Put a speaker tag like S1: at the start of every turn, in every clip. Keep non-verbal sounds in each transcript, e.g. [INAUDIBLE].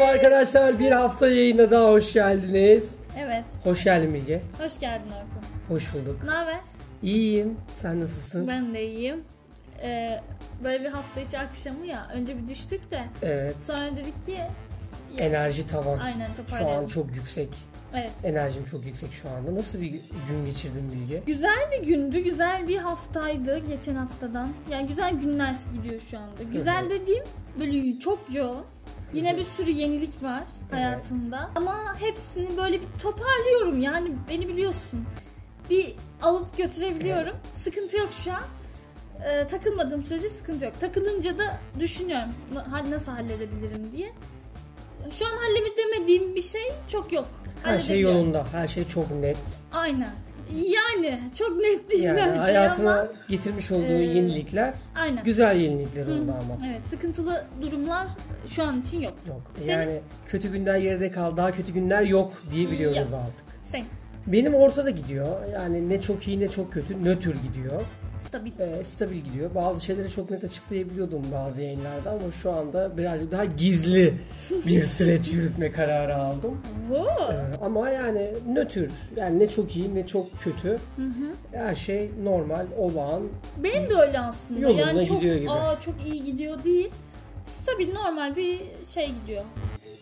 S1: Arkadaşlar bir hafta yayına daha hoş geldiniz.
S2: Evet.
S1: Hoş geldin Bilge.
S2: Hoş geldin Orkun.
S1: Hoş bulduk.
S2: Ne haber?
S1: İyiyim. Sen nasılsın?
S2: Ben de iyiyim. Ee, böyle bir hafta içi akşamı ya. Önce bir düştük de.
S1: Evet.
S2: Sonra dedik ki
S1: Enerji tavan.
S2: aynen
S1: Şu an
S2: toparlayalım.
S1: çok yüksek.
S2: Evet.
S1: Enerjim çok yüksek şu anda. Nasıl bir gün geçirdin Bilge?
S2: Güzel bir gündü, güzel bir haftaydı geçen haftadan. Yani güzel günler gidiyor şu anda. Güzel dediğim böyle çok yoğun. Yine bir sürü yenilik var hayatımda. Ama hepsini böyle bir toparlıyorum yani beni biliyorsun. Bir alıp götürebiliyorum. Sıkıntı yok şu an. Ee, takılmadığım sürece sıkıntı yok. Takılınca da düşünüyorum na- ha- nasıl halledebilirim diye. Şu an halledemediğim bir şey çok yok.
S1: Her şey
S2: Halledebiliyorum.
S1: yolunda. Her şey çok net.
S2: Aynen. Yani çok net değil [LAUGHS]
S1: Yani
S2: her şey
S1: hayatına
S2: ama.
S1: getirmiş olduğu
S2: Ee,
S1: yenilikler
S2: Aynen.
S1: güzel yenilikler oldu
S2: Hı.
S1: ama.
S2: Evet sıkıntılı durumlar şu an için yok.
S1: Yok.
S2: Senin-
S1: Yani kötü günler geride kaldı. Daha kötü günler yok diye biliyoruz
S2: Yok.
S1: artık.
S2: Sen
S1: Benim ortada gidiyor. Yani ne çok iyi ne çok kötü. Nötr gidiyor.
S2: stabil.
S1: e, stabil gidiyor. Bazı şeyleri çok net açıklayabiliyordum bazı yayınlarda ama şu anda birazcık daha gizli
S2: [LAUGHS]
S1: bir süreç yürütme kararı aldım.
S2: Oo.
S1: E, ama yani nötr. Yani ne çok iyi ne çok kötü. Her şey normal, olağan.
S2: Benim de öyle aslında.
S1: Yolunda
S2: yani çok
S1: gidiyor gibi.
S2: aa çok iyi gidiyor değil. Stabil normal bir şey gidiyor.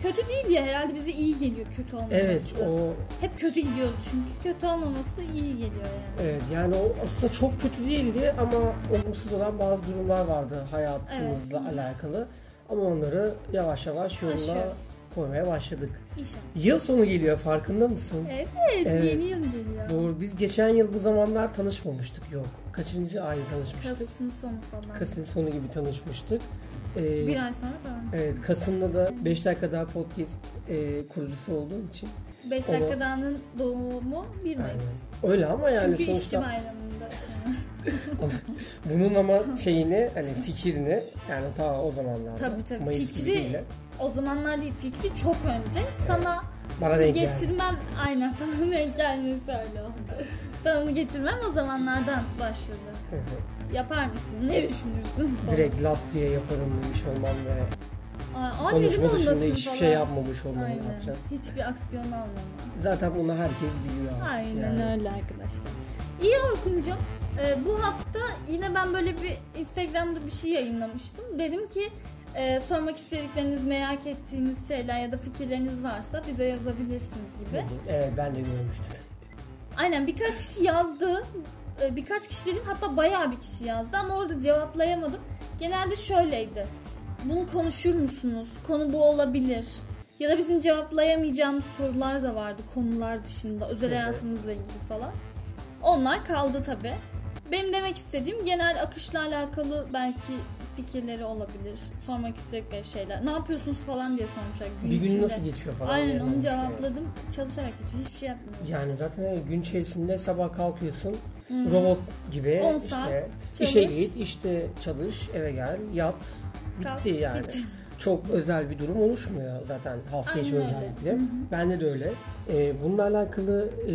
S2: Kötü değil ya herhalde bize iyi geliyor kötü olmaması.
S1: Evet o
S2: Hep kötü gidiyoruz çünkü kötü olmaması iyi geliyor yani.
S1: evet, yani o aslında çok kötü değildi ama olumsuz olan bazı durumlar vardı hayatımızla
S2: Evet.
S1: alakalı. Ama onları yavaş yavaş yoluna
S2: Aşıyoruz.
S1: koymaya başladık.
S2: İnşallah.
S1: Yıl sonu geliyor farkında mısın?
S2: Evet,
S1: Evet.
S2: yeni yıl geliyor.
S1: Doğru. Biz geçen yıl bu zamanlar tanışmamıştık. Yok. Kaçıncı ay tanışmıştık? Kasım,
S2: Kasım sonu falan.
S1: sonu gibi tanışmıştık. Ee,
S2: Bir ay sonra falan.
S1: Evet, Kasım'da da 5 dakika daha podcast e, kurucusu olduğum için.
S2: 5
S1: Onu-
S2: dakikadanın doğumu 1 Mayıs.
S1: Aynen. Öyle ama yani
S2: Çünkü işçi
S1: sonuçta
S2: bayramında.
S1: bunun ama şeyini hani fikrini yani ta o zamanlarda
S2: Tabii, tabii.
S1: Mayıs gibi
S2: Fikri
S1: değil de
S2: o zamanlar değil fikri çok önce sana
S1: bana
S2: bunu
S1: denk geldi.
S2: getirmem aynen sana [LAUGHS] denk geldiğini söyle oldu. Sana bunu getirmem o zamanlardan başladı.
S1: Hı hı.
S2: Yapar mısın? Ne düşünürsün? falan.
S1: Direkt lap diye yaparım demiş olmam ve
S2: Aa, annenin
S1: konuşma dışında
S2: ondasın
S1: hiçbir
S2: falan.
S1: şey yapmamış olmam
S2: Aynen.
S1: yapacağız.
S2: Hiçbir aksiyon almama.
S1: Zaten bunu herkes biliyor. artık
S2: Aynen
S1: yani.
S2: öyle arkadaşlar. İyi Orkuncuğum. Ee, bu hafta yine ben böyle bir Instagram'da bir şey yayınlamıştım. Dedim ki e, sormak istedikleriniz, merak ettiğiniz şeyler ya da fikirleriniz varsa bize yazabilirsiniz gibi.
S1: Evet ben de görmüştüm.
S2: Aynen birkaç kişi yazdı. Ee, Birkaç kişi dedim hatta bayağı bir kişi yazdı ama orada cevaplayamadım. Genelde şöyleydi. Bunu konuşur musunuz? Konu bu olabilir. Ya da bizim cevaplayamayacağımız sorular da vardı konular dışında. Özel
S1: Hı hı.
S2: hayatımızla ilgili falan. Onlar kaldı tabi. Benim demek istediğim genel akışla alakalı belki fikirleri olabilir. Sormak istedikleri şeyler. Ne yapıyorsunuz falan diye sormuşlar gün
S1: Bir gün
S2: içinde.
S1: nasıl geçiyor falan.
S2: Aynen
S1: diye.
S2: onu cevapladım. Çalışarak geçiyor. Hiçbir şey yapmıyorum.
S1: Yani zaten evet, gün içerisinde sabah kalkıyorsun
S2: Hı.
S1: robot gibi
S2: On
S1: işte
S2: saat
S1: işe
S2: çalış.
S1: git işte çalış eve gel yat bitti
S2: Kalk,
S1: yani.
S2: bitti.
S1: Çok özel bir durum oluşmuyor zaten hafta içi
S2: Aynen öyle.
S1: özellikle.
S2: Hı hı.
S1: Bende de öyle. Ee, bununla alakalı e,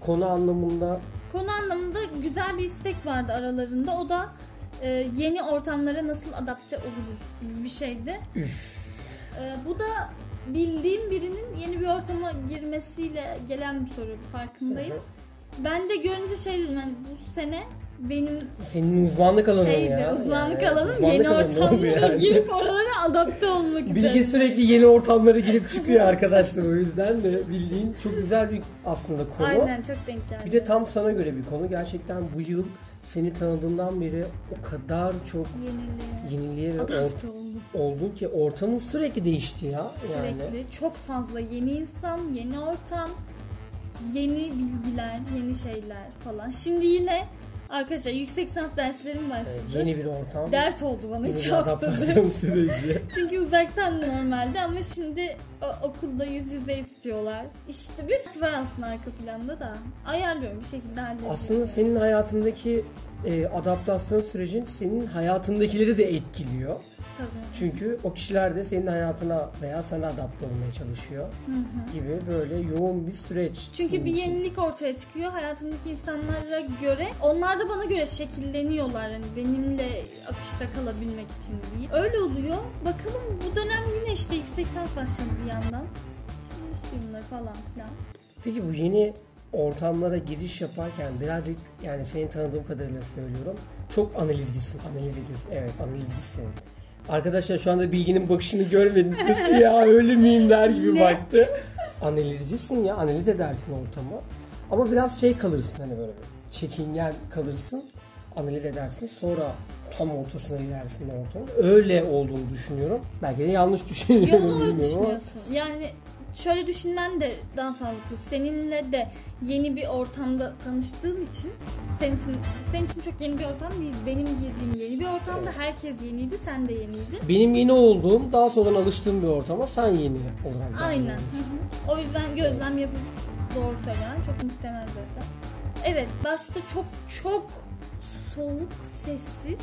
S1: konu anlamında
S2: Konu anlamında güzel bir istek vardı aralarında. O da e, yeni ortamlara nasıl adapte oluruz gibi bir şeydi. E, bu da bildiğim birinin yeni bir ortama girmesiyle gelen bir soru farkındayım. Ben de görünce şey dedim yani bu sene benim
S1: senin uzmanlık alanın
S2: şeydi
S1: ya.
S2: uzmanlık
S1: Yani
S2: alanım
S1: uzmanlık
S2: yeni
S1: alanın oğlum
S2: ortamlara
S1: yani. [LAUGHS]
S2: girip oralara adapte olmak
S1: Bilge
S2: üzere.
S1: sürekli yeni ortamlara girip çıkıyor arkadaşlar o yüzden de bildiğin çok güzel bir aslında konu.
S2: Aynen çok denk geldi.
S1: Bir de tam sana göre bir konu. Gerçekten bu yıl seni tanıdığımdan beri o kadar çok
S2: yeniliğe
S1: yeniliğe ve ort-
S2: adapte oldum.
S1: oldun ki ortamın sürekli değişti ya. Yani.
S2: Sürekli çok fazla yeni insan, yeni ortam, yeni bilgiler, yeni şeyler falan. Şimdi yine arkadaşlar yüksek lisans derslerim başladı.
S1: Evet, e, yeni bir ortam.
S2: Dert oldu bana
S1: yeni
S2: iki
S1: bir
S2: haftadır.
S1: adaptasyon [LAUGHS] süreci.
S2: [LAUGHS] Çünkü uzaktan normalde ama şimdi o- okulda yüz yüze istiyorlar. İşte bir sürü var aslında arka planda da. Ayarlıyorum bir şekilde hallediyorum.
S1: Aslında senin hayatındaki e, adaptasyon sürecin senin hayatındakileri de etkiliyor.
S2: Tabii.
S1: Çünkü o kişiler de senin hayatına veya sana adapte olmaya çalışıyor
S2: Hı hı.
S1: gibi böyle yoğun bir süreç.
S2: Çünkü
S1: senin
S2: bir
S1: için.
S2: yenilik ortaya çıkıyor hayatımdaki insanlara göre. Onlar da bana göre şekilleniyorlar yani benimle akışta kalabilmek için diye. Öyle oluyor. Bakalım bu dönem yine işte yüksek lisans başladı bir yandan. Şimdi iş durumları falan
S1: [LAUGHS]
S2: filan.
S1: Peki bu yeni ortamlara giriş yaparken birazcık yani senin tanıdığım kadarıyla söylüyorum. Çok analizcisin. Analiz ediyorsun. Evet analizcisin. Arkadaşlar şu anda bilginin bakışını
S2: [LAUGHS]
S1: görmediniz. Nasıl ya öyle miyim der gibi
S2: Ne?
S1: baktı. Analizcisin ya analiz edersin ortamı. Ama biraz şey kalırsın hani böyle bir çekingen kalırsın. Analiz edersin sonra tam ortasına girersin ortamın. Öyle olduğunu düşünüyorum. Belki de yanlış düşünüyorum.
S2: Yo doğru
S1: bilmiyorum ama.
S2: düşünüyorsun. Yani şöyle düşünmen de daha sağlıklı. Seninle de yeni bir ortamda tanıştığım için senin için senin için çok yeni bir ortam değil. Benim girdiğim yeni bir ortamda herkes yeniydi, sen de yeniydin.
S1: Benim yeni olduğum, daha sonradan alıştığım bir ortama sen yeni olarak dahil
S2: Aynen.
S1: olmuş.
S2: Hı hı. O yüzden gözlem yapıp doğru söylemen çok muhtemel zaten. Evet, başta çok çok soğuk, sessiz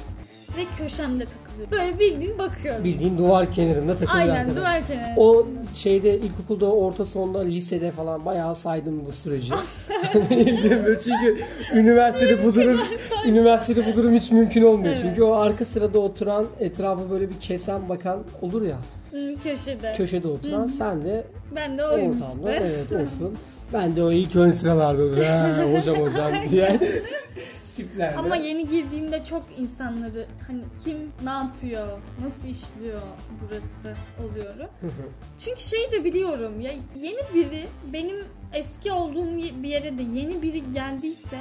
S2: ve köşemde takılıyor. Böyle bildiğin bakıyorum.
S1: Bildiğin duvar kenarında takılı
S2: Aynen
S1: arkadaş.
S2: duvar kenarı.
S1: O şeyde ilkokulda, orta sonda, lisede falan bayağı saydım
S2: [LAUGHS]
S1: bu süreci. [LAUGHS] Bildim böyle çünkü üniversitede bu durum, üniversitede bu durum hiç mümkün olmuyor.
S2: Evet.
S1: Çünkü o arka sırada oturan, etrafı böyle bir kesen bakan olur ya.
S2: Hı, köşede.
S1: Köşede oturan sen de
S2: ben de
S1: o
S2: oyum
S1: ortamda.
S2: işte.
S1: Evet olsun. Ben de o ilk ön sıralarda olur. Ha, hocam
S2: [LAUGHS]
S1: hocam [LAUGHS] diyen tiplerden.
S2: Ama yeni girdiğimde çok insanları hani kim ne yapıyor, nasıl işliyor burası oluyorum. Çünkü şeyi de biliyorum ya yeni biri benim eski olduğum bir yere de yeni biri geldiyse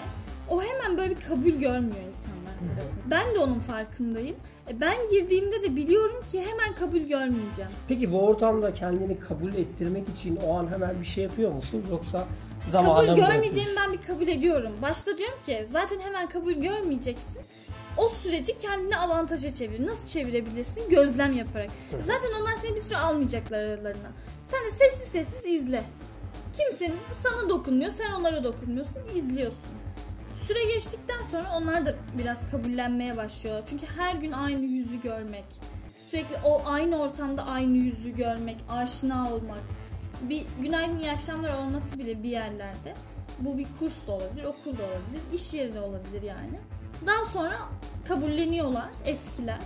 S2: o hemen böyle bir kabul görmüyor insanlar tarafından. Ben de onun farkındayım. E, Ben girdiğimde de biliyorum ki hemen kabul görmeyeceğim.
S1: Peki bu ortamda kendini kabul ettirmek için o an hemen bir şey yapıyor musun yoksa
S2: kabul
S1: zamanla mı
S2: görmeyeceğimi ben bir kabul ediyorum. Başta diyorum ki zaten hemen kabul görmeyeceksin. O süreci kendine avantaja çevir. Nasıl çevirebilirsin? Gözlem yaparak. Zaten onlar seni bir süre almayacaklar aralarına. Sen de sessiz sessiz izle. Kimsenin sana dokunmuyor, sen onlara dokunmuyorsun, izliyorsun. Süre geçtikten sonra onlar da biraz kabullenmeye başlıyor. Çünkü her gün aynı yüzü görmek, sürekli o aynı ortamda aynı yüzü görmek, aşina olmak, bir günaydın iyi akşamlar olması bile bir yerlerde. Bu bir kurs da olabilir, okul da olabilir, iş yeri de olabilir yani. Daha sonra kabulleniyorlar eskiler.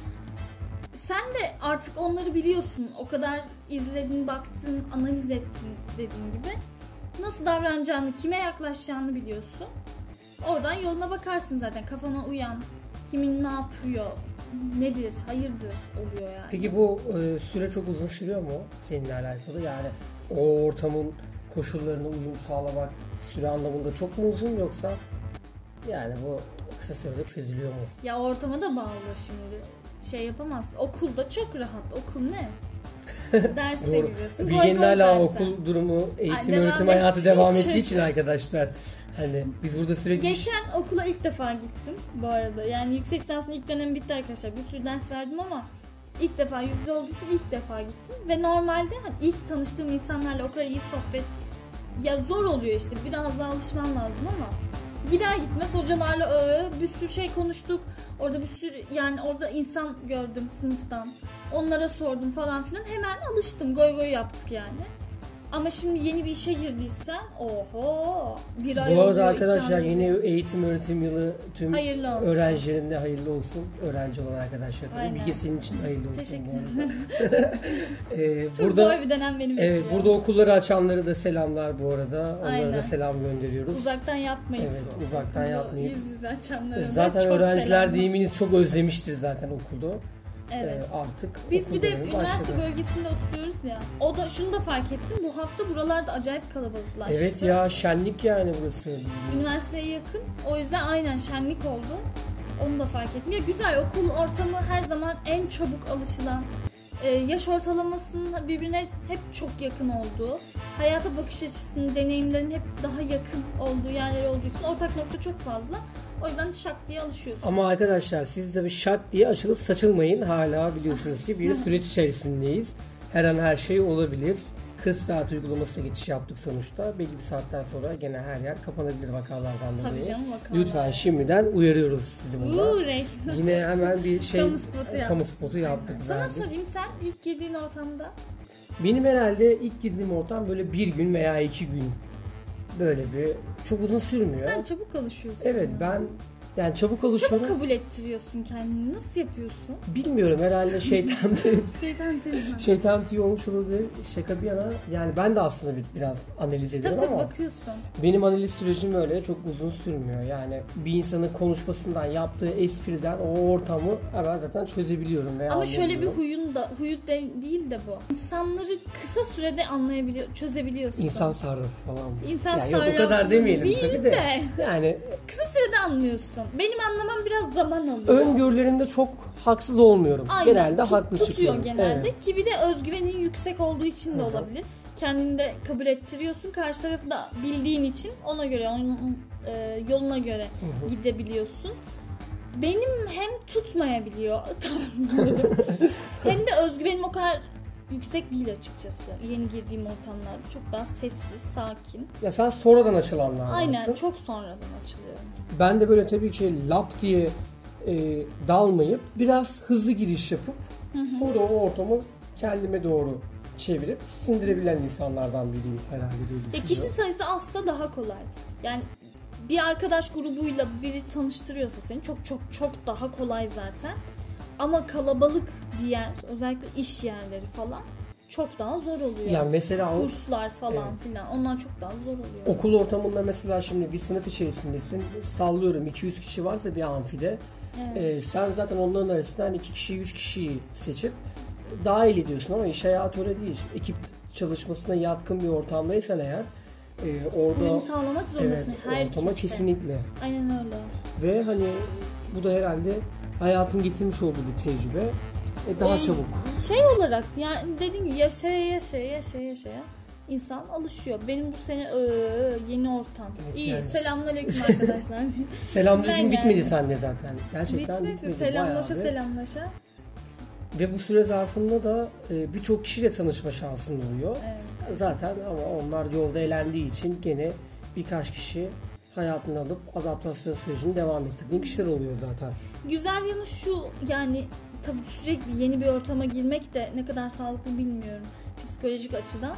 S2: Sen de artık onları biliyorsun. O kadar izledin, baktın, analiz ettin dediğim gibi. Nasıl davranacağını, kime yaklaşacağını biliyorsun. Oradan yoluna bakarsın zaten. Kafana uyan, kimin ne yapıyor, nedir, hayırdır oluyor yani.
S1: Peki bu e, süre çok uzun sürüyor mu seninle alakalı? Yani o ortamın koşullarına uyum sağlamak süre anlamında çok mu uzun yoksa yani bu kısa sürede çözülüyor mu?
S2: Ya ortama da bağlı şimdi. Şey yapamaz. Okulda çok rahat. Okul
S1: [LAUGHS]
S2: ne? Derse
S1: Doğru.
S2: giriyorsun. Goy
S1: Bilgenin
S2: goy
S1: hala
S2: derse.
S1: okul durumu, eğitim,
S2: devam
S1: öğretim hayatı
S2: ettiği
S1: devam
S2: için.
S1: ettiği için arkadaşlar. Hani biz burada sürekli
S2: Geçen okula ilk defa gittim bu arada. Yani yüksek lisansın ilk dönemi bitti arkadaşlar. Bir sürü ders verdim ama ilk defa yüzde olduğu için ilk defa gittim. Ve normalde hani ilk tanıştığım insanlarla o kadar iyi sohbet ya zor oluyor işte. Biraz daha alışman lazım ama gider gitmez hocalarla ö, bir sürü şey konuştuk. Orada bir sürü yani orada insan gördüm sınıftan. Onlara sordum falan filan. Hemen alıştım. Goy goy yaptık yani. Ama şimdi yeni bir işe girdiysen oho bir ay
S1: Bu
S2: oluyor, iki
S1: arada arkadaşlar
S2: ay oluyor.
S1: yeni eğitim öğretim yılı tüm
S2: Hayırlı olsun.
S1: öğrencilerinde hayırlı olsun. Öğrenci olan arkadaşlar. tabii.
S2: Aynen.
S1: Bilge senin için hayırlı olsun.
S2: Teşekkür
S1: bu arada. [LAUGHS] Ee,
S2: Çok
S1: burada
S2: zor bir dönem benim
S1: evet burada okulları açanları da selamlar bu arada. Onlara
S2: Aynen.
S1: da selam gönderiyoruz.
S2: Uzaktan yapmayın.
S1: Evet, uzaktan
S2: Bu
S1: yapmayın.
S2: Yüz yüze açanlara da
S1: Zaten
S2: çok
S1: öğrenciler
S2: selam.
S1: deyiminiz çok özlemiştir zaten okulu.
S2: Evet.
S1: Ee, artık
S2: Biz
S1: okul
S2: bir de
S1: dönemi
S2: üniversite
S1: başladı.
S2: bölgesinde oturuyoruz ya. O da şunu da fark ettim. Bu hafta buralarda acayip kalabalıklaştı.
S1: Evet ya şenlik yani burası.
S2: Üniversiteye yakın. O yüzden aynen şenlik oldu. Onu da fark ettim. Ya güzel okul ortamı her zaman en çabuk alışılan. e, yaş ortalamasının birbirine hep çok yakın olduğu, hayata bakış açısının, deneyimlerin hep daha yakın olduğu yerler olduğu için ortak nokta çok fazla. O yüzden şak diye alışıyorsun.
S1: Ama arkadaşlar siz de bir şart diye açılıp saçılmayın. Hala biliyorsunuz ki bir süreç içerisindeyiz. Her an her şey olabilir. Kız saat uygulamasına geçiş yaptık sonuçta. Belli bir saatten sonra gene her yer kapanabilir vakalardan dolayı.
S2: Tabii canım bakalım.
S1: Lütfen şimdiden uyarıyoruz sizi bundan.
S2: Uuu renk.
S1: Yine hemen bir şey
S2: Kamu spotu yaptık.
S1: kamu spotu yaptık.
S2: Sana
S1: verdik.
S2: sorayım sen ilk girdiğin ortamda
S1: Benim herhalde ilk girdiğim ortam böyle bir gün veya iki gün. Böyle bir çok uzun sürmüyor.
S2: sen çabuk alışıyorsun.
S1: Evet ben yani çabuk alışıyorum.
S2: Çok kabul ettiriyorsun kendini. Nasıl yapıyorsun?
S1: Bilmiyorum herhalde şeytan
S2: [LAUGHS] Şeytan temizlen.
S1: şeytan tüyü olmuş olabilir. Şaka bir yana yani ben de aslında bir, biraz analiz
S2: Tabii
S1: ediyorum
S2: tabii
S1: ama
S2: bakıyorsun.
S1: benim analiz sürecim öyle çok uzun sürmüyor. Yani bir insanın konuşmasından yaptığı espriden o ortamı hemen zaten çözebiliyorum. Veya
S2: Ama şöyle bir
S1: anlayabiliyorum.
S2: huyun da huyu de- değil de bu. İnsanları kısa sürede anlayabiliyor, çözebiliyorsun.
S1: İnsan sarrafı falan.
S2: İnsan
S1: yani yok, o
S2: sarrafı
S1: kadar demeyelim
S2: değil
S1: tabii
S2: de.
S1: Yani
S2: kısa sürede anlıyorsun. Benim anlamam biraz zaman alıyor.
S1: öngörülerimde çok haksız olmuyorum.
S2: Aynen.
S1: Genelde
S2: Tut-
S1: haklı
S2: tutuyor
S1: çıkıyorum.
S2: genelde
S1: Evet.
S2: ki bir de özgüvenin yüksek olduğu için de
S1: Hı hı.
S2: olabilir. Kendini de kabul ettiriyorsun. Karşı tarafı da bildiğin için ona göre, onun e, yoluna göre
S1: Hı hı.
S2: gidebiliyorsun. Benim hem tutmayabiliyor [LAUGHS] hem de özgüvenim o kadar yüksek değil açıkçası. Yeni girdiğim ortamlar çok daha sessiz, sakin.
S1: Ya sen sonradan açılanlardansın.
S2: Aynen çok sonradan açılıyorum.
S1: Ben de böyle tabii ki lap diye e, dalmayıp biraz hızlı giriş yapıp sonra o ortamı kendime doğru çevirip sindirebilen insanlardan biriyim herhalde diye
S2: Ya
S1: düşünüyorum.
S2: kişi sayısı azsa daha kolay. Yani bir arkadaş grubuyla biri tanıştırıyorsa seni çok çok çok daha kolay zaten. Ama kalabalık bir yer, özellikle iş yerleri falan çok daha zor oluyor.
S1: Yani mesela o,
S2: Kurslar falan
S1: Evet.
S2: filan onlar çok daha zor oluyor.
S1: okul ortamında mesela şimdi bir sınıf içerisindesin sallıyorum 200 kişi varsa bir amfide
S2: Evet.
S1: e, sen zaten onların arasından 2 kişiyi 3 kişiyi seçip dahil ediyorsun ama iş hayatı öyle değil. Ekip çalışmasına yatkın bir ortamdaysan eğer e, orada
S2: Uyum sağlamak
S1: evet,
S2: zorundasın her
S1: ortama
S2: kimse.
S1: kesinlikle
S2: Aynen öyle.
S1: Ve hani bu da herhalde hayatın getirmiş olduğu bir tecrübe. E, daha
S2: Ee,
S1: çabuk.
S2: Şey olarak yani dediğim gibi yaşaya yaşaya yaşaya yaşaya insan alışıyor. Benim bu sene "Ee, yeni ortam.
S1: Evet,
S2: İyi.
S1: yani-
S2: Selamünaleyküm arkadaşlar.
S1: [LAUGHS] Selamünaleyküm
S2: ben yani-
S1: bitmedi sende zaten. Gerçekten
S2: Bitmedi.
S1: bitmedi.
S2: Selamlaşa
S1: bayağı bir.
S2: selamlaşa.
S1: Ve bu süre zarfında da e, birçok kişiyle tanışma şansın oluyor.
S2: Evet.
S1: Zaten ama onlar yolda elendiği için gene birkaç kişi hayatını alıp adaptasyon sürecini devam ettirdiğin kişiler oluyor zaten.
S2: Güzel yanı şu yani tabii sürekli yeni bir ortama girmek de ne kadar sağlıklı bilmiyorum psikolojik açıdan.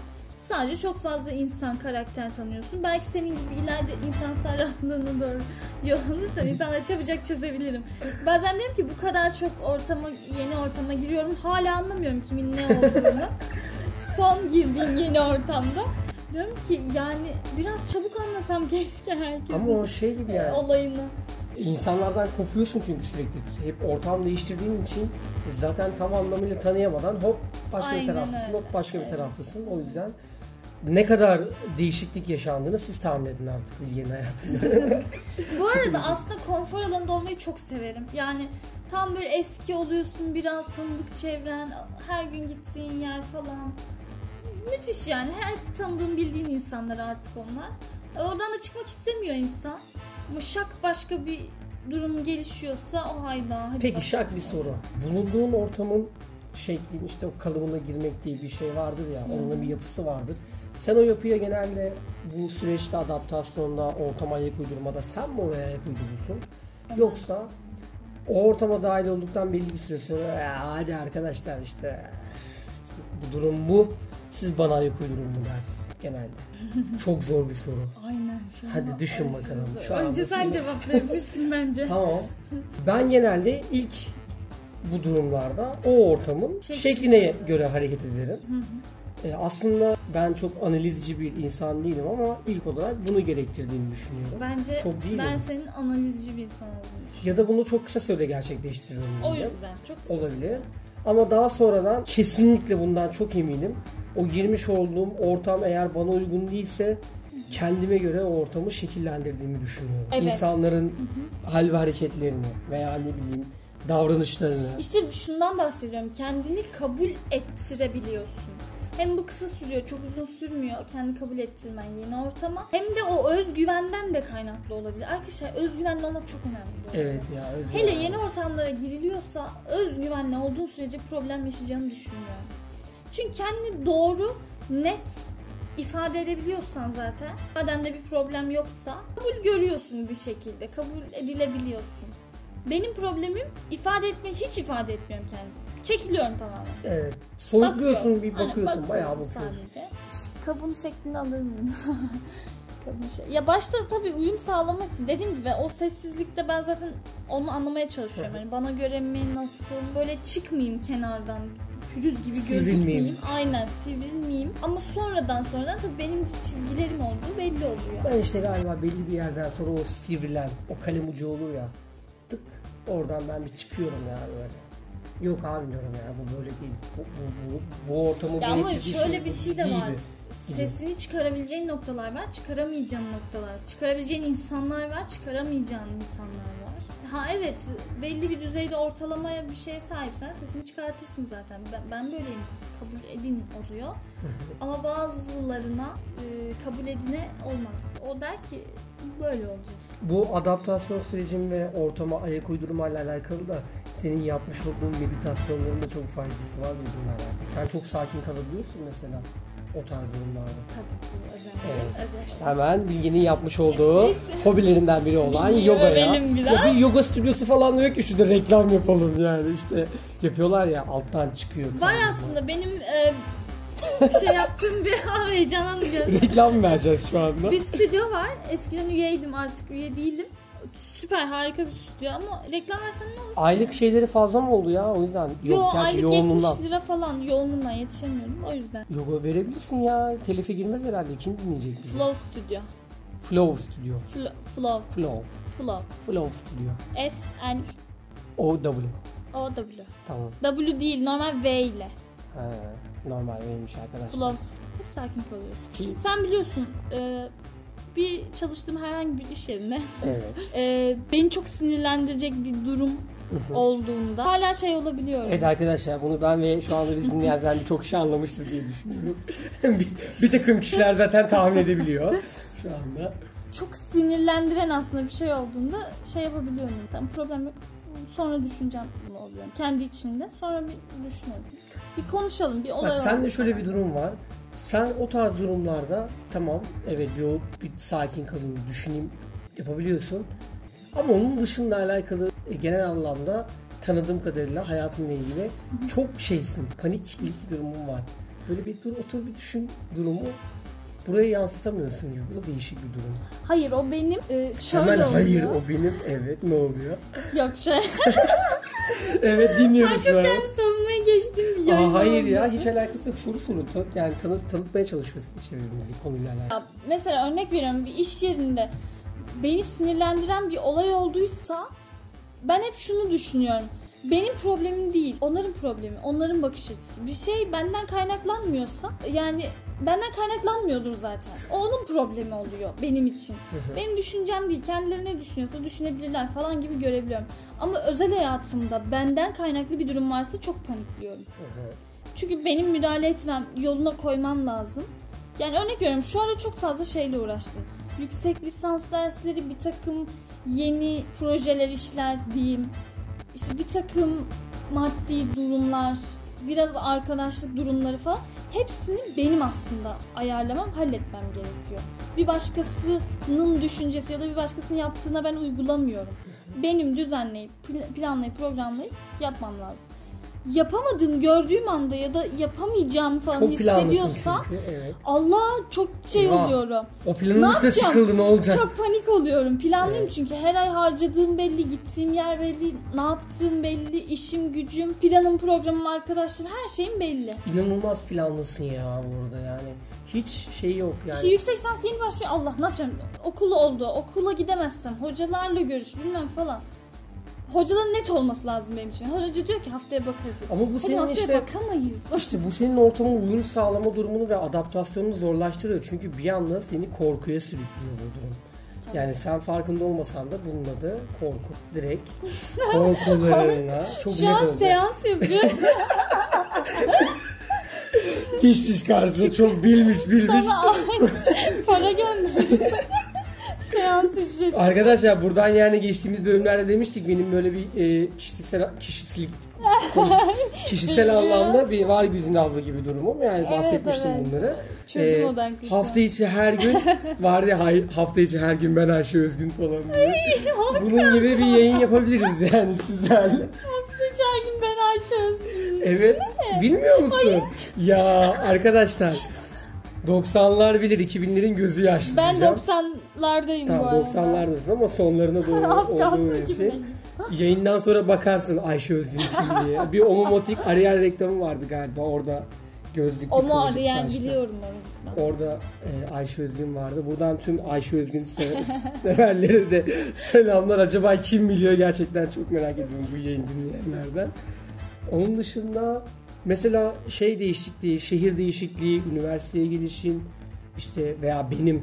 S2: Sadece çok fazla insan karakter tanıyorsun. Belki senin gibi ileride insan [LAUGHS] sarraflığına doğru yol
S1: [LAUGHS]
S2: alırsan insanları çabucak çözebilirim. Bazen diyorum ki bu kadar çok ortama yeni ortama giriyorum. Hala anlamıyorum kimin ne
S1: [LAUGHS]
S2: olduğunu. Son girdiğim yeni ortamda. Diyorum ki yani biraz çabuk anlasam keşke herkesin
S1: Ama o şey gibi yani.
S2: olayını.
S1: İnsanlardan kopuyorsun çünkü sürekli. Hep ortam değiştirdiğin için zaten tam anlamıyla tanıyamadan hop başka
S2: Aynen
S1: bir taraftasın,
S2: öyle.
S1: hop başka bir
S2: Evet.
S1: taraftasın. O yüzden ne kadar değişiklik yaşandığını siz tahmin edin artık bilginin hayatında.
S2: Bu arada aslında konfor alanında olmayı çok severim. Yani tam böyle eski oluyorsun biraz tanıdık çevren, her gün gittiğin yer falan. Müthiş yani. Her tanıdığın bildiğin insanlar artık onlar. Oradan da çıkmak istemiyor insan. Ama şak başka bir durum gelişiyorsa o hayda. Hadi
S1: Peki
S2: bak.
S1: şak bir soru. Bulunduğun ortamın şeklin işte o kalıbına girmek diye bir şey vardır ya. Onun bir yapısı vardır. Sen o yapıya genelde bu süreçte adaptasyonda, ortama ayak uydurmada sen mi oraya ayak uyduruyorsun? Yoksa o ortama dahil olduktan belli bir süre sonra "Ya hadi arkadaşlar işte bu durum bu. Siz bana ayak uydurun mu dersiniz
S2: [LAUGHS]
S1: genelde. Çok zor bir soru.
S2: Aynen şu an
S1: Hadi düşün
S2: başımıza.
S1: bakalım. Şu
S2: Önce
S1: anda
S2: sen
S1: şimdi-
S2: cevaplayabilirsin bence.
S1: [LAUGHS] Tamam. Ben genelde ilk bu durumlarda o ortamın
S2: Şekline
S1: şekline göre hareket ederim. E, aslında ben çok analizci bir insan değilim ama ilk olarak bunu gerektirdiğini düşünüyorum.
S2: Bence
S1: Çok değil
S2: ben
S1: mi?
S2: senin analizci bir insan olduğunu düşünüyorum.
S1: Ya da bunu çok kısa sürede gerçekleştiriyorum.
S2: O
S1: diyelim.
S2: yüzden çok kısa
S1: Olabilir. Ama daha sonradan kesinlikle bundan çok eminim. O girmiş olduğum ortam eğer bana uygun değilse kendime göre o ortamı şekillendirdiğimi düşünüyorum.
S2: Evet.
S1: İnsanların hal ve hareketlerini veya ne bileyim davranışlarını.
S2: İşte şundan bahsediyorum. Kendini kabul ettirebiliyorsun. Hem bu kısa sürüyor, çok uzun sürmüyor. Kendini kabul ettirmen yeni ortama. Hem de o özgüvenden de kaynaklı olabilir. Arkadaşlar özgüvenli olmak çok önemli. bu arada.
S1: Evet ya. özgür
S2: Hele
S1: yani.
S2: yeni ortamlara giriliyorsa özgüvenli olduğun sürece problem yaşayacağını düşünmüyorum. Çünkü kendini doğru, net ifade edebiliyorsan zaten, badende bir problem yoksa kabul görüyorsun bir şekilde, kabul edilebiliyorsun. Benim problemim ifade etme, hiç ifade etmiyorum kendimi. Çekiliyorum tamamen.
S1: Evet. Soyutluyorsun bir
S2: Bakıyorum.
S1: bakıyorsun
S2: Aynen,
S1: bayağı
S2: bakıyorum
S1: bakıyorsun.
S2: sadece. Şş, Kabın şeklini alır mıyım? [LAUGHS] Kabın şey. Ya başta tabii uyum sağlamak için dediğim gibi o sessizlikte ben zaten onu anlamaya çalışıyorum. Yani bana göre mi nasıl böyle çıkmayayım kenardan pürüz gibi
S1: Sivrilmeyeyim.
S2: gözükmeyeyim. Aynen sivrilmeyeyim. Ama sonradan sonradan tabii benim çizgilerim olduğu belli oluyor.
S1: Ben işte galiba belli bir yerden sonra o sivrilen, o kalem ucu olur ya. Tık oradan ben bir çıkıyorum ya böyle. Yok abi diyorum ya bu böyle değil. Bu, bu, bu, bu ortamı
S2: Ya ama
S1: yönetici
S2: şöyle
S1: bu
S2: bir şey de
S1: değil
S2: var.
S1: mi?
S2: Sesini çıkarabileceğin noktalar var, çıkaramayacağın noktalar. Çıkarabileceğin insanlar var, çıkaramayacağın insanlar var. Ha evet, belli bir düzeyde ortalamaya bir şeye sahipsen sesini çıkartırsın zaten. Ben, ben böyleyim, kabul edin oluyor. ama bazılarına e, kabul edine olmaz. O der ki böyle olacak.
S1: Bu adaptasyon sürecin ve ortama ayak uydurmayla alakalı da senin yapmış olduğun meditasyonların da çok faydası var bunlarla. Sen çok sakin kalabiliyorsun mesela o tarz durumlarda.
S2: Tabii bu özellikle.
S1: Evet.
S2: özellikle.
S1: Hemen Bilge'nin yapmış olduğu hobilerinden biri olan
S2: Bilge'yi
S1: yogaya.
S2: övelim biraz.
S1: Ya bir yoga stüdyosu falan da yok ki şurada reklam yapalım yani işte. Yapıyorlar ya alttan çıkıyor.
S2: Var
S1: kaldı.
S2: aslında benim e, [LAUGHS] şey yaptığım bir heyecanlandım.
S1: [LAUGHS] Reklam vereceğiz şu anda.
S2: Bir stüdyo var. Eskiden üyeydim artık üye değilim. Süper harika bir stüdyo ama reklam versen ne olur?
S1: Aylık şeyleri fazla mı oldu ya o yüzden? Yok,
S2: Yo,
S1: gerçi
S2: aylık
S1: yoğunluğundan.
S2: 70 lira falan yoğunluğumdan yetişemiyorum o yüzden.
S1: Yoga verebilirsin ya. Telife girmez herhalde. Kim dinleyecek bizi?
S2: Flow Studio.
S1: Flow Studio.
S2: Flo, flow,
S1: Flow.
S2: Flow.
S1: Flow Studio.
S2: F L
S1: O W.
S2: O W.
S1: Tamam.
S2: W değil normal V ile.
S1: Ha, normal benimmiş arkadaşlar.
S2: Flow. Hep sakin kalıyorsun.
S1: Ki-
S2: Sen biliyorsun e, bir çalıştığım herhangi bir iş yerinde
S1: Evet.
S2: [LAUGHS] e, beni çok sinirlendirecek bir durum olduğunda hala şey olabiliyorum.
S1: Evet arkadaşlar bunu ben ve şu anda biz dinleyenlerden birçok kişi anlamıştır diye düşünüyorum. [LAUGHS] bir, bir takım kişiler zaten tahmin edebiliyor şu anda.
S2: çok sinirlendiren aslında bir şey olduğunda şey yapabiliyorum. Tamam problem yok. Sonra düşüneceğim bunu oluyorum. Kendi içimde. Sonra bir düşünelim. Bir konuşalım. Bir olay
S1: Bak sen de
S2: olmuş
S1: şöyle
S2: falan.
S1: bir durum var. Sen o tarz durumlarda tamam evet diyor bir sakin kalın bir düşüneyim yapabiliyorsun. Ama onun dışında alakalı e, genel anlamda tanıdığım kadarıyla hayatınla ilgili çok şeysin. Paniklik durumun var. Böyle bir dur otur bir düşün durumu buraya yansıtamıyorsun gibi. Bu da değişik bir durum.
S2: Hayır o benim e, şöyle
S1: Hemen
S2: oluyor.
S1: hayır o benim evet ne oluyor?
S2: Yok şey.
S1: [LAUGHS] Evet dinliyoruz
S2: Çok [LAUGHS] kendimi savunmaya geçtim bir yayın
S1: Aa, hayır
S2: oldu.
S1: ya hiç alakası yok soru sorun. Tan- Yani tanı tanıtmaya çalışıyoruz işte birbirimizi konuyla alakalı.
S2: Ya Mesela örnek veriyorum bir iş yerinde beni sinirlendiren bir olay olduysa ben hep şunu düşünüyorum. Benim problemim değil, onların problemi, onların bakış açısı. Bir şey benden kaynaklanmıyorsa yani benden kaynaklanmıyordur zaten. O onun problemi oluyor benim için. Benim düşüncem değil, kendileri ne düşünüyorsa düşünebilirler falan gibi görebiliyorum. Ama özel hayatımda benden kaynaklı bir durum varsa çok panikliyorum.
S1: Evet.
S2: Çünkü benim müdahale etmem, yoluna koymam lazım. Yani örnek veriyorum şu ara çok fazla şeyle uğraştım. Yüksek lisans dersleri, bir takım yeni projeler, işler diyeyim. İşte bir takım maddi durumlar, biraz arkadaşlık durumları falan. Hepsini benim aslında ayarlamam, halletmem gerekiyor. Bir başkasının düşüncesi ya da bir başkasının yaptığına ben uygulamıyorum. Benim düzenleyip, pl- planlayıp, programlayıp yapmam lazım. Yapamadığım gördüğüm anda ya da yapamayacağım falan
S1: Çok planlısın
S2: hissediyorsam
S1: çünkü. Evet.
S2: Allah çok şey
S1: Eyvah.
S2: oluyorum.
S1: O
S2: Ne
S1: planın dışına
S2: yapacağım?
S1: çıkıldı ne olacak?
S2: Çok panik oluyorum. Planlıyım
S1: Evet.
S2: çünkü her ay harcadığım belli, gittiğim yer belli, ne yaptığım belli, işim, gücüm, planım, programım, arkadaşlarım her şeyim belli.
S1: İnanılmaz planlısın ya burada yani. Hiç şey yok yani.
S2: İşte yüksek lisans yeni başlıyor. Allah ne yapacağım? Okul oldu. Okula gidemezsem hocalarla görüş bilmem falan. Hocaların net olması lazım benim için. Hoca diyor ki haftaya bakarız.
S1: Ama bu
S2: Hocam
S1: senin
S2: haftaya
S1: işte
S2: bakamayız.
S1: işte bu senin ortama uyum sağlama durumunu ve adaptasyonunu zorlaştırıyor. Çünkü bir anda seni korkuya sürüklüyor bu durum. Yani sen farkında olmasan da bunun adı korku.
S2: [LAUGHS]
S1: Direkt korkularına çok
S2: Şu an
S1: yakın.
S2: seans yapıyorum.
S1: Geçmiş karşısında çok bilmiş bilmiş.
S2: Bana [LAUGHS] para gönderiyorsun.
S1: [LAUGHS]
S2: seans
S3: [LAUGHS]
S2: ücreti.
S1: Arkadaşlar buradan yani geçtiğimiz bölümlerde demiştik benim böyle bir e, kişisel kişilik Kişisel anlamda bir var güzün abla gibi durumum. Yani
S3: Evet,
S1: bahsetmiştim
S3: evet.
S1: bunları.
S3: Çözüm
S1: Ee,
S3: odaklı şu an.
S1: Hafta içi
S3: [LAUGHS]
S1: her gün var ya hay- hafta içi her gün ben Ayşe Özgün falan diye. Bunun gibi bir yayın yapabiliriz yani sizlerle.
S3: Geçen gün ben Ayşe Özgün.
S1: Evet. Bilmiyor musun? Ya arkadaşlar 90'lar bilir 2000'lerin gözü yaşlı.
S3: Ben
S1: diyeceğim.
S3: 90'lardayım bu
S1: Tamam
S3: arada.
S1: 90'lardasın ama sonlarına
S3: Az [LAUGHS]
S1: doğru
S3: kalsın
S1: olduğu
S3: kimle
S1: için. Yayından sonra bakarsın Ayşe Özgün kim diye. Bir omomotik Ariel reklamı vardı galiba orada gözlüklü
S3: Onu
S1: kıvırcık
S3: arayan
S1: saçlı.
S3: biliyorum orada.
S1: Orada e, Ayşe Özgün vardı. Buradan tüm Ayşe Özgün se- [LAUGHS] severlere de selamlar. Acaba kim biliyor gerçekten çok merak ediyorum bu yayın dinleyenlerden. Onun dışında mesela şey değişikliği, şehir değişikliği, üniversiteye gelişin işte veya benim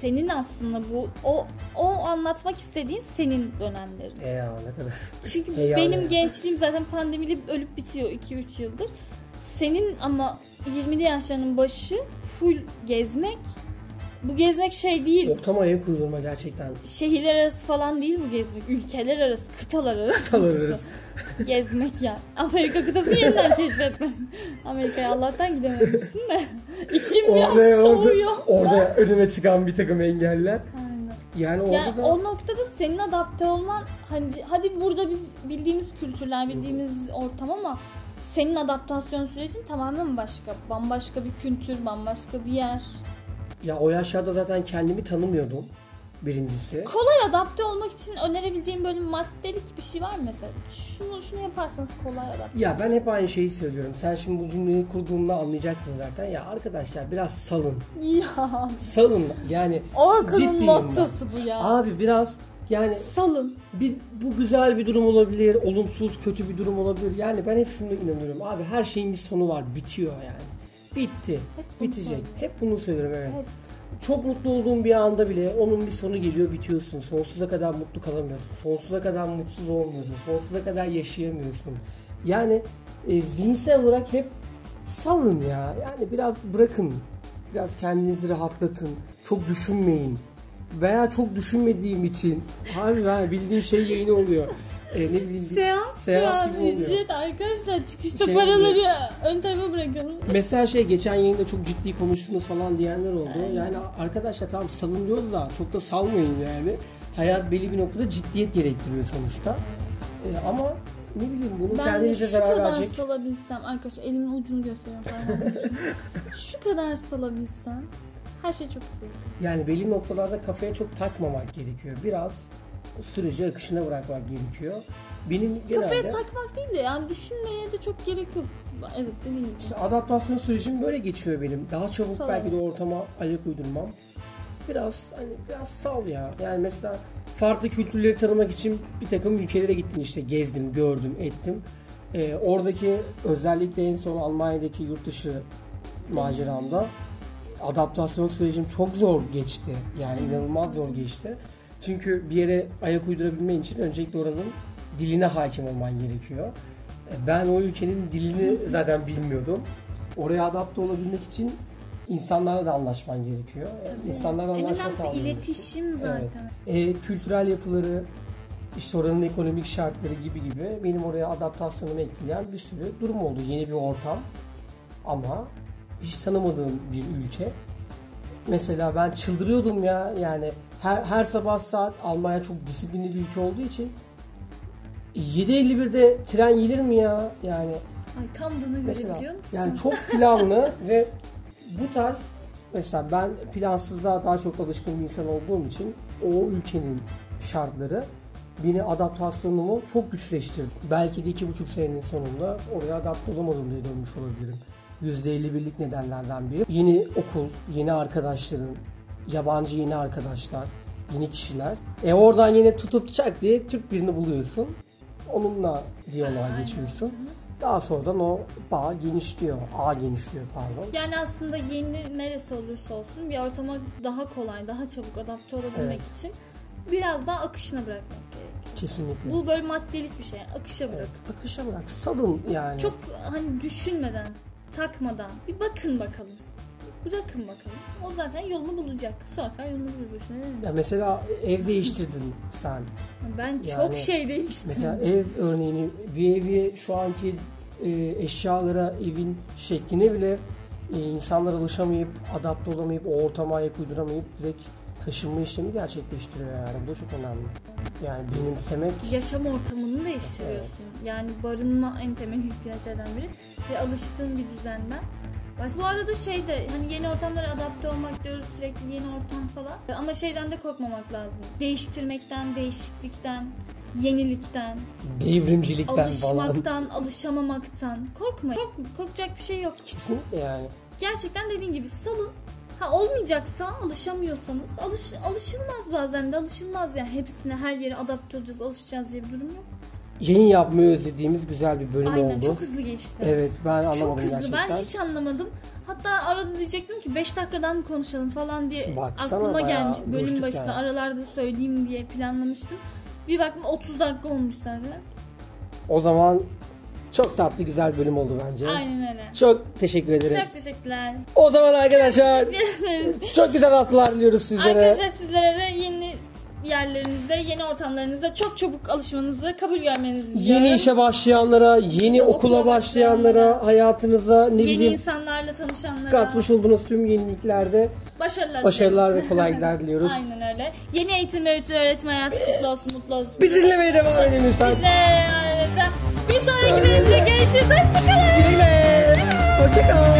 S2: Senin aslında bu o o anlatmak istediğin senin dönemlerin.
S1: e ya ne kadar
S2: Çünkü
S1: Hey
S2: benim
S1: yani.
S2: gençliğim zaten pandemiyle ölüp bitiyor 2-3 yıldır. Senin ama 20'li yaşlarının başı full gezmek. Bu gezmek şey değil.
S1: ortama ayak
S2: [LAUGHS]
S1: uydurma gerçekten
S2: Şehirler arası falan değil bu gezmek. Ülkeler arası, kıtalar arası
S1: alırız.
S2: gezmek ya. Amerika kıtasını yeniden keşfetmek. Amerika'ya Allah'tan gidememişsin de. [LAUGHS] İçim biraz
S1: Orada,
S2: soğuyor.
S1: orada, orada önüme çıkan bir takım engeller.
S2: Aynen.
S1: Yani orada
S2: Yani
S1: da
S2: o noktada senin adapte olman hani hadi burada biz bildiğimiz kültürler, bildiğimiz ortam ama senin adaptasyon sürecin tamamen başka. Bambaşka bir kültür, bambaşka bir yer.
S1: ya o yaşlarda zaten kendimi tanımıyordum birincisi.
S2: Kolay adapte olmak için önerebileceğim böyle maddelik bir şey var mı mesela? Şunu şunu yaparsanız kolay adapte.
S1: Ya ben hep aynı şeyi söylüyorum. Sen şimdi bu cümleyi kurduğumda anlayacaksın zaten. Ya arkadaşlar biraz salın.
S2: Ya.
S1: Salın yani.
S3: O
S1: Ciddiyim
S3: akılın
S1: ben.
S3: mottosu bu ya.
S1: Abi biraz yani
S2: Salın.
S1: bir, bu güzel bir durum olabilir. Olumsuz kötü bir durum olabilir. Yani ben hep şuna inanıyorum. Abi her şeyin bir sonu var. Bitiyor yani. Bitti.
S2: bunu
S1: Bitecek.
S2: söylüyorum.
S1: Hep bunu söylüyorum evet.
S2: Hep.
S1: Çok mutlu olduğun bir anda bile onun bir sonu geliyor bitiyorsun. Sonsuza kadar mutlu kalamıyorsun. Sonsuza kadar mutsuz olmuyorsun. Sonsuza kadar yaşayamıyorsun. Yani e, zihinsel olarak hep salın ya. Yani biraz bırakın. Biraz kendinizi rahatlatın. Çok düşünmeyin. Veya çok düşünmediğim için. Abi ben bildiğin şey yayını oluyor. E, ne bileyim, bir-
S3: Seans,
S1: Seans
S3: şu
S1: gibi
S3: an
S1: oluyor.
S3: ücret arkadaşlar. Çıkışta
S1: Şey
S3: paraları ön tarafa bırakın.
S1: Mesela şey geçen yayında çok ciddi konuştunuz falan diyenler oldu. Yani arkadaşlar tamam salın diyoruz da çok da salmayın yani. Hayat belli bir noktada ciddiyet gerektiriyor sonuçta. Ee, ama ne bileyim bunu
S2: Ben de
S1: kendinize
S2: şu
S1: zarar
S2: kadar
S1: verecek.
S2: salabilsem arkadaşlar elimin ucunu gösteriyorum
S1: [LAUGHS]
S2: parmağımın ucunu. Şu kadar salabilsem her şey çok güzel.
S1: Yani belli noktalarda kafaya çok takmamak gerekiyor. Biraz süreci akışına bırakmak gerekiyor. Benim
S2: Kafaya
S1: genelde
S2: takmak değil de yani düşünmeye de çok gerek yok. Evet dediğim gibi.
S1: işte adaptasyon sürecim böyle geçiyor benim. Daha çabuk
S2: Sal.
S1: belki de ortama ayak uydurmam. Biraz hani biraz sal ya. Yani mesela farklı kültürleri tanımak için bir takım ülkelere gittim işte gezdim, gördüm, ettim. Ee, oradaki özellikle en son Almanya'daki yurt dışı maceramda adaptasyon sürecim çok zor geçti. Yani inanılmaz zor geçti. Çünkü bir yere ayak uydurabilmen için öncelikle oranın diline hakim olman gerekiyor. E, Ben o ülkenin dilini zaten bilmiyordum. Oraya adapte olabilmek için insanlarla da anlaşman gerekiyor. E, İnsanlarla
S2: En
S1: anlaşma
S2: önemlisi
S1: sağlaman gerekiyor.
S2: iletişim
S1: Evet.
S2: zaten.
S1: E, kültürel yapıları, işte oranın ekonomik şartları gibi gibi benim oraya adaptasyonumu etkileyen bir sürü durum oldu. Yeni bir ortam ama hiç tanımadığım bir ülke. Mesela ben çıldırıyordum ya yani her, her sabah saat Almanya çok disiplinli bir ülke olduğu için e, 7.51'de tren gelir mi ya? Yani
S2: Ay tam bana göre
S1: mesela
S2: biliyor musun?
S1: yani çok
S2: [LAUGHS]
S1: planlı ve bu tarz mesela ben plansızlığa daha çok alışkın bir insan olduğum için o ülkenin şartları beni adaptasyonumu çok güçleştirdi. Belki de iki buçuk senenin sonunda oraya adapte olamadım diye dönmüş olabilirim. %51'lik nedenlerden biri. Yeni okul, yeni arkadaşların, yabancı yeni arkadaşlar, yeni kişiler. E oradan yine tutup çak diye Türk birini buluyorsun. Onunla diyaloğa geçiyorsun. Daha sonradan o bağ genişliyor. Ağ genişliyor pardon.
S2: Yani aslında yeni neresi olursa olsun bir ortama daha kolay, daha çabuk adapte olabilmek için biraz daha akışına bırakmak gerekiyor.
S1: Kesinlikle.
S2: Bu böyle maddelik bir şey. yani Akışa bırak.
S1: Akışa bırak. Salın yani.
S2: Çok hani düşünmeden, takmadan bir bakın bakalım. Bırakın bakalım. O zaten yolunu bulacak. Su akar yolunu bulur. Boşuna ne demek?
S1: Ya mesela ev değiştirdin sen.
S2: Ben
S1: Yani-
S2: çok şey değiştim.
S1: [LAUGHS] Mesela ev örneğini bir evi şu anki e, eşyalara evin şekline bile e, insanlar alışamayıp adapte olamayıp o ortama ayak uyduramayıp direkt taşınma işlemi gerçekleştiriyor yani. Bu da çok önemli. Yani benimsemek
S2: yaşam ortamını değiştiriyorsun. Yani barınma en temel ihtiyaçlardan biri ve alıştığın bir düzenden. Baş- Bu arada şey de hani yeni ortamlara adapte olmak diyoruz sürekli yeni ortam falan. Ama şeyden de korkmamak lazım. Değiştirmekten, değişiklikten, yenilikten,
S1: devrimcilikten falan.
S2: alışmaktan, alışamamaktan. Korkmayın. Kork- korkacak bir şey yok.
S1: Kesinlikle yani.
S2: Gerçekten dediğin gibi salın. Ha olmayacaksa alışamıyorsanız alış alışılmaz bazen de alışılmaz yani hepsine her yere adapte olacağız alışacağız diye bir durum yok.
S1: Yayın yapmayı özlediğimiz güzel bir bölüm
S2: Aynen
S1: oldu.
S2: çok hızlı geçti.
S1: Evet ben anlamadım
S2: Çok hızlı
S1: gerçekten.
S2: ben hiç anlamadım. Hatta arada diyecektim ki 5 dakikadan mı konuşalım falan diye
S1: Baksana
S2: aklıma
S1: bayağı
S2: gelmiş bölüm
S1: buluştuk
S2: başında
S1: yani.
S2: aralarda söyleyeyim diye planlamıştım. Bir baktım 30 dakika olmuş zaten.
S1: O zaman çok tatlı güzel bölüm oldu bence.
S2: Aynen öyle.
S1: Çok teşekkür ederim.
S2: Çok teşekkürler.
S1: O zaman arkadaşlar çok güzel haftalar diliyoruz sizlere.
S2: Arkadaşlar sizlere de yeni yerlerinizde, yeni ortamlarınızda çok çabuk alışmanızı, kabul görmenizi diliyorum.
S1: Yeni işe başlayanlara, yeni
S2: Okula
S1: okula başlayanlara, hayatınıza ne
S2: yeni
S1: bileyim
S2: insanlarla tanışanlara
S1: katmış olduğunuz tüm yeniliklerde
S2: başarılar,
S1: başarılar ve
S2: diliyorum.
S1: kolaylıklar diliyoruz.
S2: Aynen öyle. Yeni eğitim ve öğretim- öğretmen hayatı kutlu olsun, mutlu olsun.
S1: Bizi dinlemeye devam edin lütfen.
S2: Bize adeta. Bir sonraki bölümde görüşürüz. Hoşçakalın.
S1: Güle güle. Hoşçakal.